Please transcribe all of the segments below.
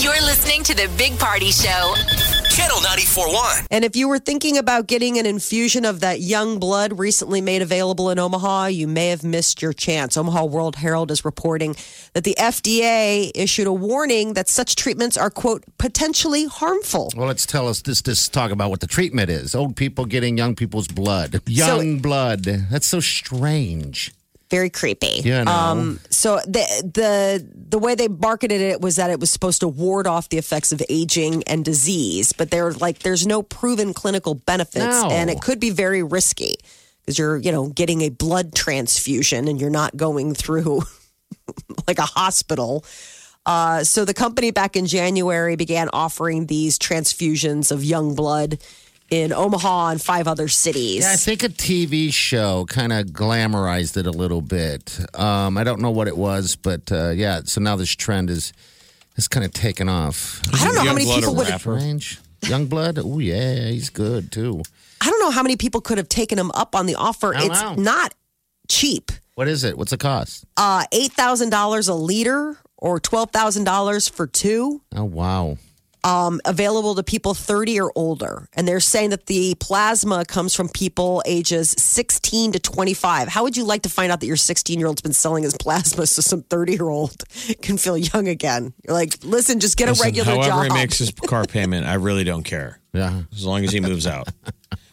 You're listening to the Big Party Show. Channel 941. And if you were thinking about getting an infusion of that young blood recently made available in Omaha, you may have missed your chance. Omaha World Herald is reporting that the FDA issued a warning that such treatments are, quote, potentially harmful. Well, let's tell us this. This talk about what the treatment is. Old people getting young people's blood. Young blood. That's so strange. Very creepy. Um, Yeah, I know. So the the the way they marketed it was that it was supposed to ward off the effects of aging and disease, but they're like there's no proven clinical benefits, No. and it could be very risky because you're you know getting a blood transfusion and you're not going through like a hospital. Uh, so the company back in January began offering these transfusions of young blood in Omaha and five other cities. Yeah, I think a TV show kind of glamorized it a little bit. Um, I don't know what it was, but uh, yeah. So now this trend is is kind of taken off. I don't know how many Youngblood people a would have rapper? Strange. Youngblood. Oh yeah, he's good too. I don't know how many people could have taken him up on the offer. I don't It's know. not cheap. What is it? What's the cost? Uh, eight thousand dollars a liter or twelve thousand dollars for two. Oh wow. Um, available to people thirty or older, and they're saying that the plasma comes from people ages sixteen to twenty-five. How would you like to find out that your sixteen-year-old's been selling his plasma so some thirty-year-old can feel young again? You're like, listen, just get a Listen, regular however job. he makes his car payment, I really don't care. Yeah. As long as he moves out.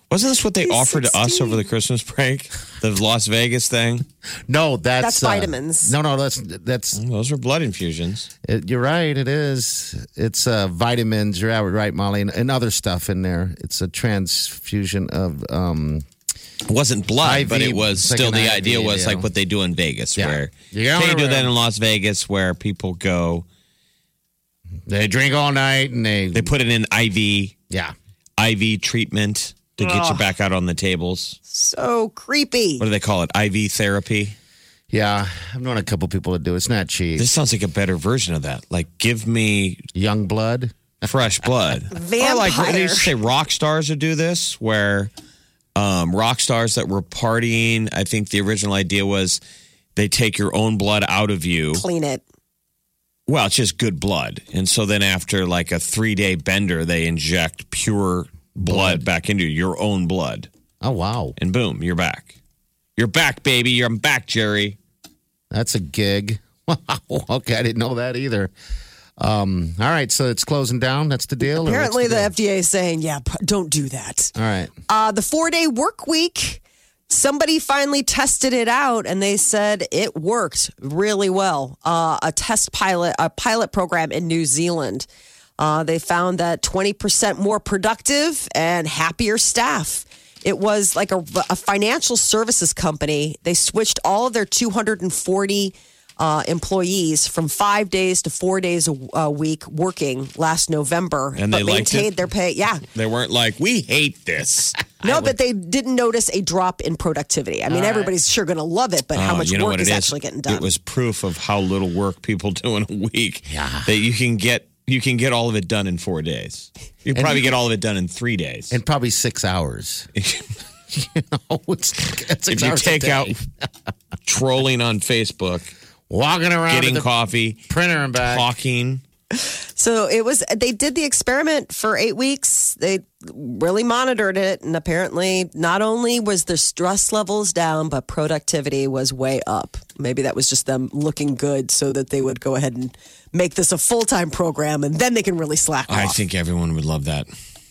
Wasn't this what they He's offered to us over the Christmas break? The Las Vegas thing? No, that's uh, That's vitamins. No, no, that's that's. Those are blood infusions. It, you're right. It is. It's uh, vitamins. You're out right, Molly, and, and other stuff in there. It's a transfusion of um, It wasn't blood, IV, but it was like still an the IV, idea was yeah. like what they do in Vegas, Yeah. where You gotta they do that remember- in Las Vegas where people go, They drink all night and they, they put it in IV, yeah. IV treatment to get you back out on the tables. so creepy. What do they call it? IV therapy? Yeah. I've known a couple people that do. it. It's not cheap. This sounds like a better version of that. Like, give me Young blood. fresh blood. Vampire. Or like they used to say rock stars would do this, where um, rock stars that were partying. I think the original idea was they take your own blood out of you. Clean it. Well, it's just good blood, and so then after like a three day bender, they inject pure blood, back into you, your own blood, Oh wow. and boom, you're back. You're back, baby. You're I'm back, Jerry. That's a gig. Wow. Okay, I didn't know that either. Um, all right, so it's closing down. That's the deal. or what's Apparently, the deal? FDA is saying, yeah, p- don't do that. All right. Uh, the four day work week, somebody finally tested it out and they said it worked really well. Uh, a test pilot, a pilot program in New Zealand. Uh, they found that 20% more productive and happier staff. It was like a, a financial services company. They switched all of their 240 uh, employees from five days to four days a, a week working last November. And but they liked maintained it? their pay. Yeah. They weren't like we hate this. No, but they didn't notice a drop in productivity. I mean, everybody's sure going to love it, but how Oh, much you know work what is it actually getting done? It was proof of how little work people do in a week. Yeah. That you can get you can get all of it done in four days. You can probably get all of it done in three days. And probably six hours. you know, it's, it's six if you hours a take day. out trolling on Facebook, walking around getting to the coffee, printer and back. talking. so it was. They did the experiment for eight weeks. They really monitored it, and apparently, not only was the stress levels down, but productivity was way up. Maybe that was just them looking good, so that they would go ahead and make this a full time program, and then they can really slack off. I think everyone would love that.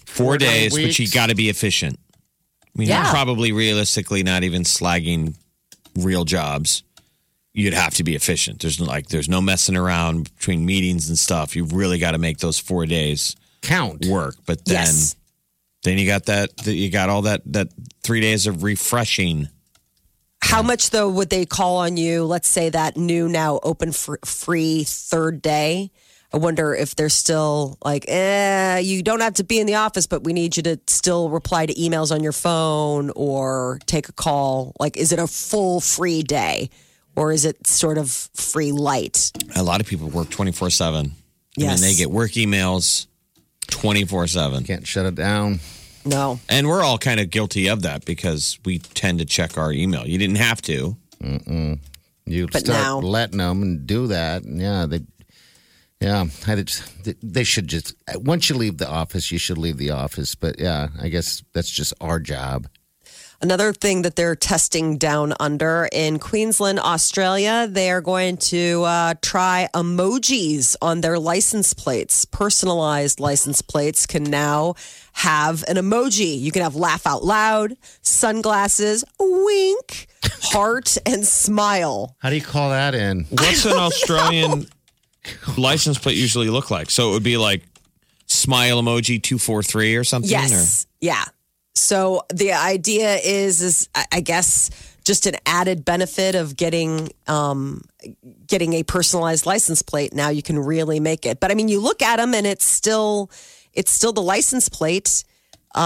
Four days, but you weeks. got to be efficient. I mean, Yeah. you're probably realistically not even slagging real jobs. You'd have to be efficient. There's no- like there's no messing around between meetings and stuff. You really got to make those four days Count. work. But then, Yes. then you got that. that You got all that. That three days of refreshing. How much though would they call on you? Let's say that new now open fr- free third day. I wonder if they're still like, eh, you don't have to be in the office, but we need you to still reply to emails on your phone or take a call. Like, is it a full free day or is it sort of free light? A lot of people work 24 7. Yes. And they get work emails 24 7. Can't shut it down. No. And we're all kind of guilty of that because we tend to check our email. You didn't have to. You But start now- letting them and do that. And yeah, they, yeah, I just- they- they should just once you leave the office, you should leave the office. But yeah, I guess that's just our job. Another thing that they're testing down under in Queensland, Australia, they are going to uh, try emojis on their license plates. Personalized license plates can now have an emoji. You can have laugh out loud, sunglasses, wink, heart, and smile. How do you call that in? What's an Australian license plate usually look like? So it would be like smile emoji 243 or something? Yes. Yeah. So the idea is, is I- I guess just an added benefit of getting um, getting a personalized license plate. Now you can really make it. But I mean, you look at them and it's still it's still the license plate. Or,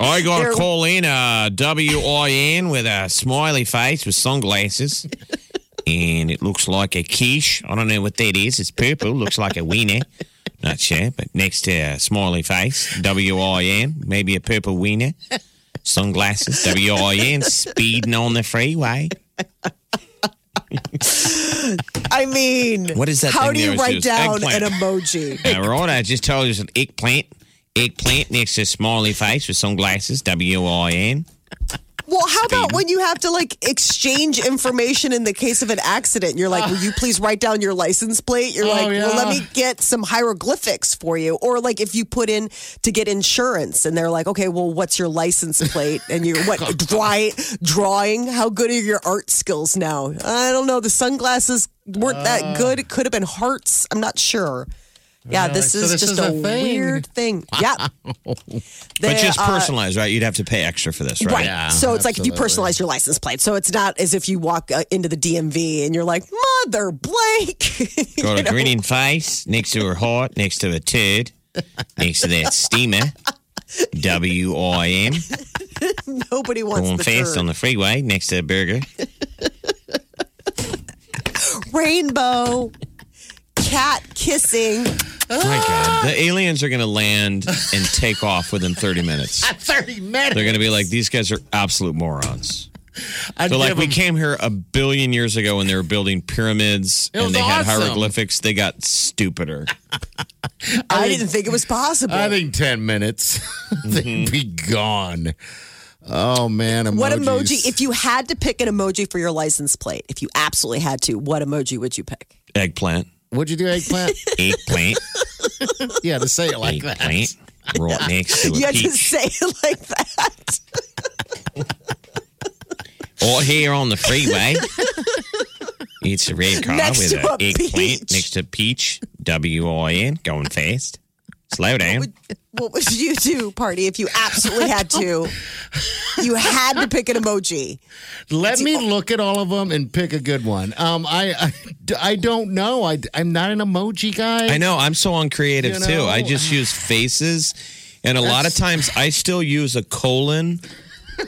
I got They're- to call in uh, a WIN with a smiley face with sunglasses. and it looks like a quiche. I don't know what that is. It's purple. Looks like a wiener. Not sure. But next to a smiley face, WIN, maybe a purple wiener. Sunglasses, WIN, speeding on the freeway. I mean, What is that How thing do they you always write use? down an Eggplant. emoji? All right, I just told you it's an eggplant. Eggplant next to a smiley face with sunglasses, W-I-N. Well, how about when you have to like exchange information in the case of an accident? You're like, will you please write down your license plate? You're like, well, let me get some hieroglyphics for you. Or like if you put in to get insurance and they're like, okay, well, what's your license plate? And you're what, dry, drawing? How good are your art skills now? I don't know. The sunglasses weren't that good. It could have been hearts. I'm not sure. Yeah, this so is this just is a, a thing. weird thing. Yeah. They, But just uh, personalized, right? You'd have to pay extra for this, right? Right. Yeah, so it's like if you absolutely. personalize your license plate. So it's not as if you walk uh, into the DMV and you're like, Mother Blake. Got a grinning face next to her heart, next to a turd, next to that steamer, W-I-N. Nobody wants Going the fast turd. on the freeway next to a burger. rainbow, cat kissing. My God. The aliens are going to land and take off within 30 minutes. Thirty minutes. They're going to be like, these guys are absolute morons. I'd So, like, give we 'em- came here a billion years ago and they were building pyramids was and they had awesome. hieroglyphics. They got stupider. I, didn't think it was possible. I think ten minutes. Mm-hmm. They'd be gone. Oh man, emojis. what emoji? If you had to pick an emoji for your license plate, if you absolutely had to, what emoji would you pick? Eggplant, would you do eggplant? eggplant, yeah, to say it like that. eggplant. Right next to a You had to peach. say it like that. Or here on the freeway. It's a red car Next with to an a eggplant peach. next to peach. W I N, going fast. Slow down. What would you do, party, if you absolutely had to? You had to pick an emoji. Let me look at all of them and pick a good one. Um, I, I, I don't know. I, I'm not an emoji guy. I know. I'm so uncreative You too. I know? just use faces, and a lot of times I still use a colon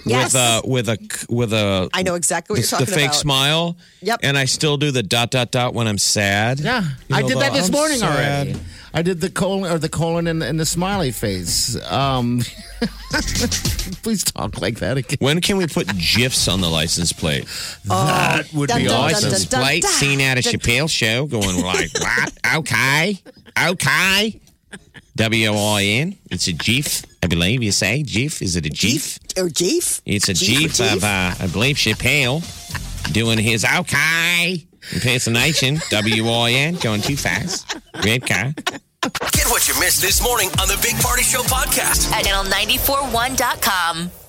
Yes. with a with a with a. I know exactly what the, you're talking the fake about. smile. Yep. And I still do the dot dot dot when I'm sad. Yeah, I know, did the, that this "I'm morning sad." already. I did the colon or the colon and, and the smiley face. Um, please talk like that again. When can we put GIFs on the license plate? that would Oh, dun, be dun, awesome. dun, dun, plate dun. seen at a Chappelle show, going like, what? Okay, okay. W I N. It's a GIF, I believe you say. GIF. Is it a GIF? or Jeef? It's a Jeep GIF of, uh, I believe, Chappelle doing his okay impersonation. W I N. Going too fast. Red car. Get what you missed this morning on the Big Party Show podcast. at channel941.com.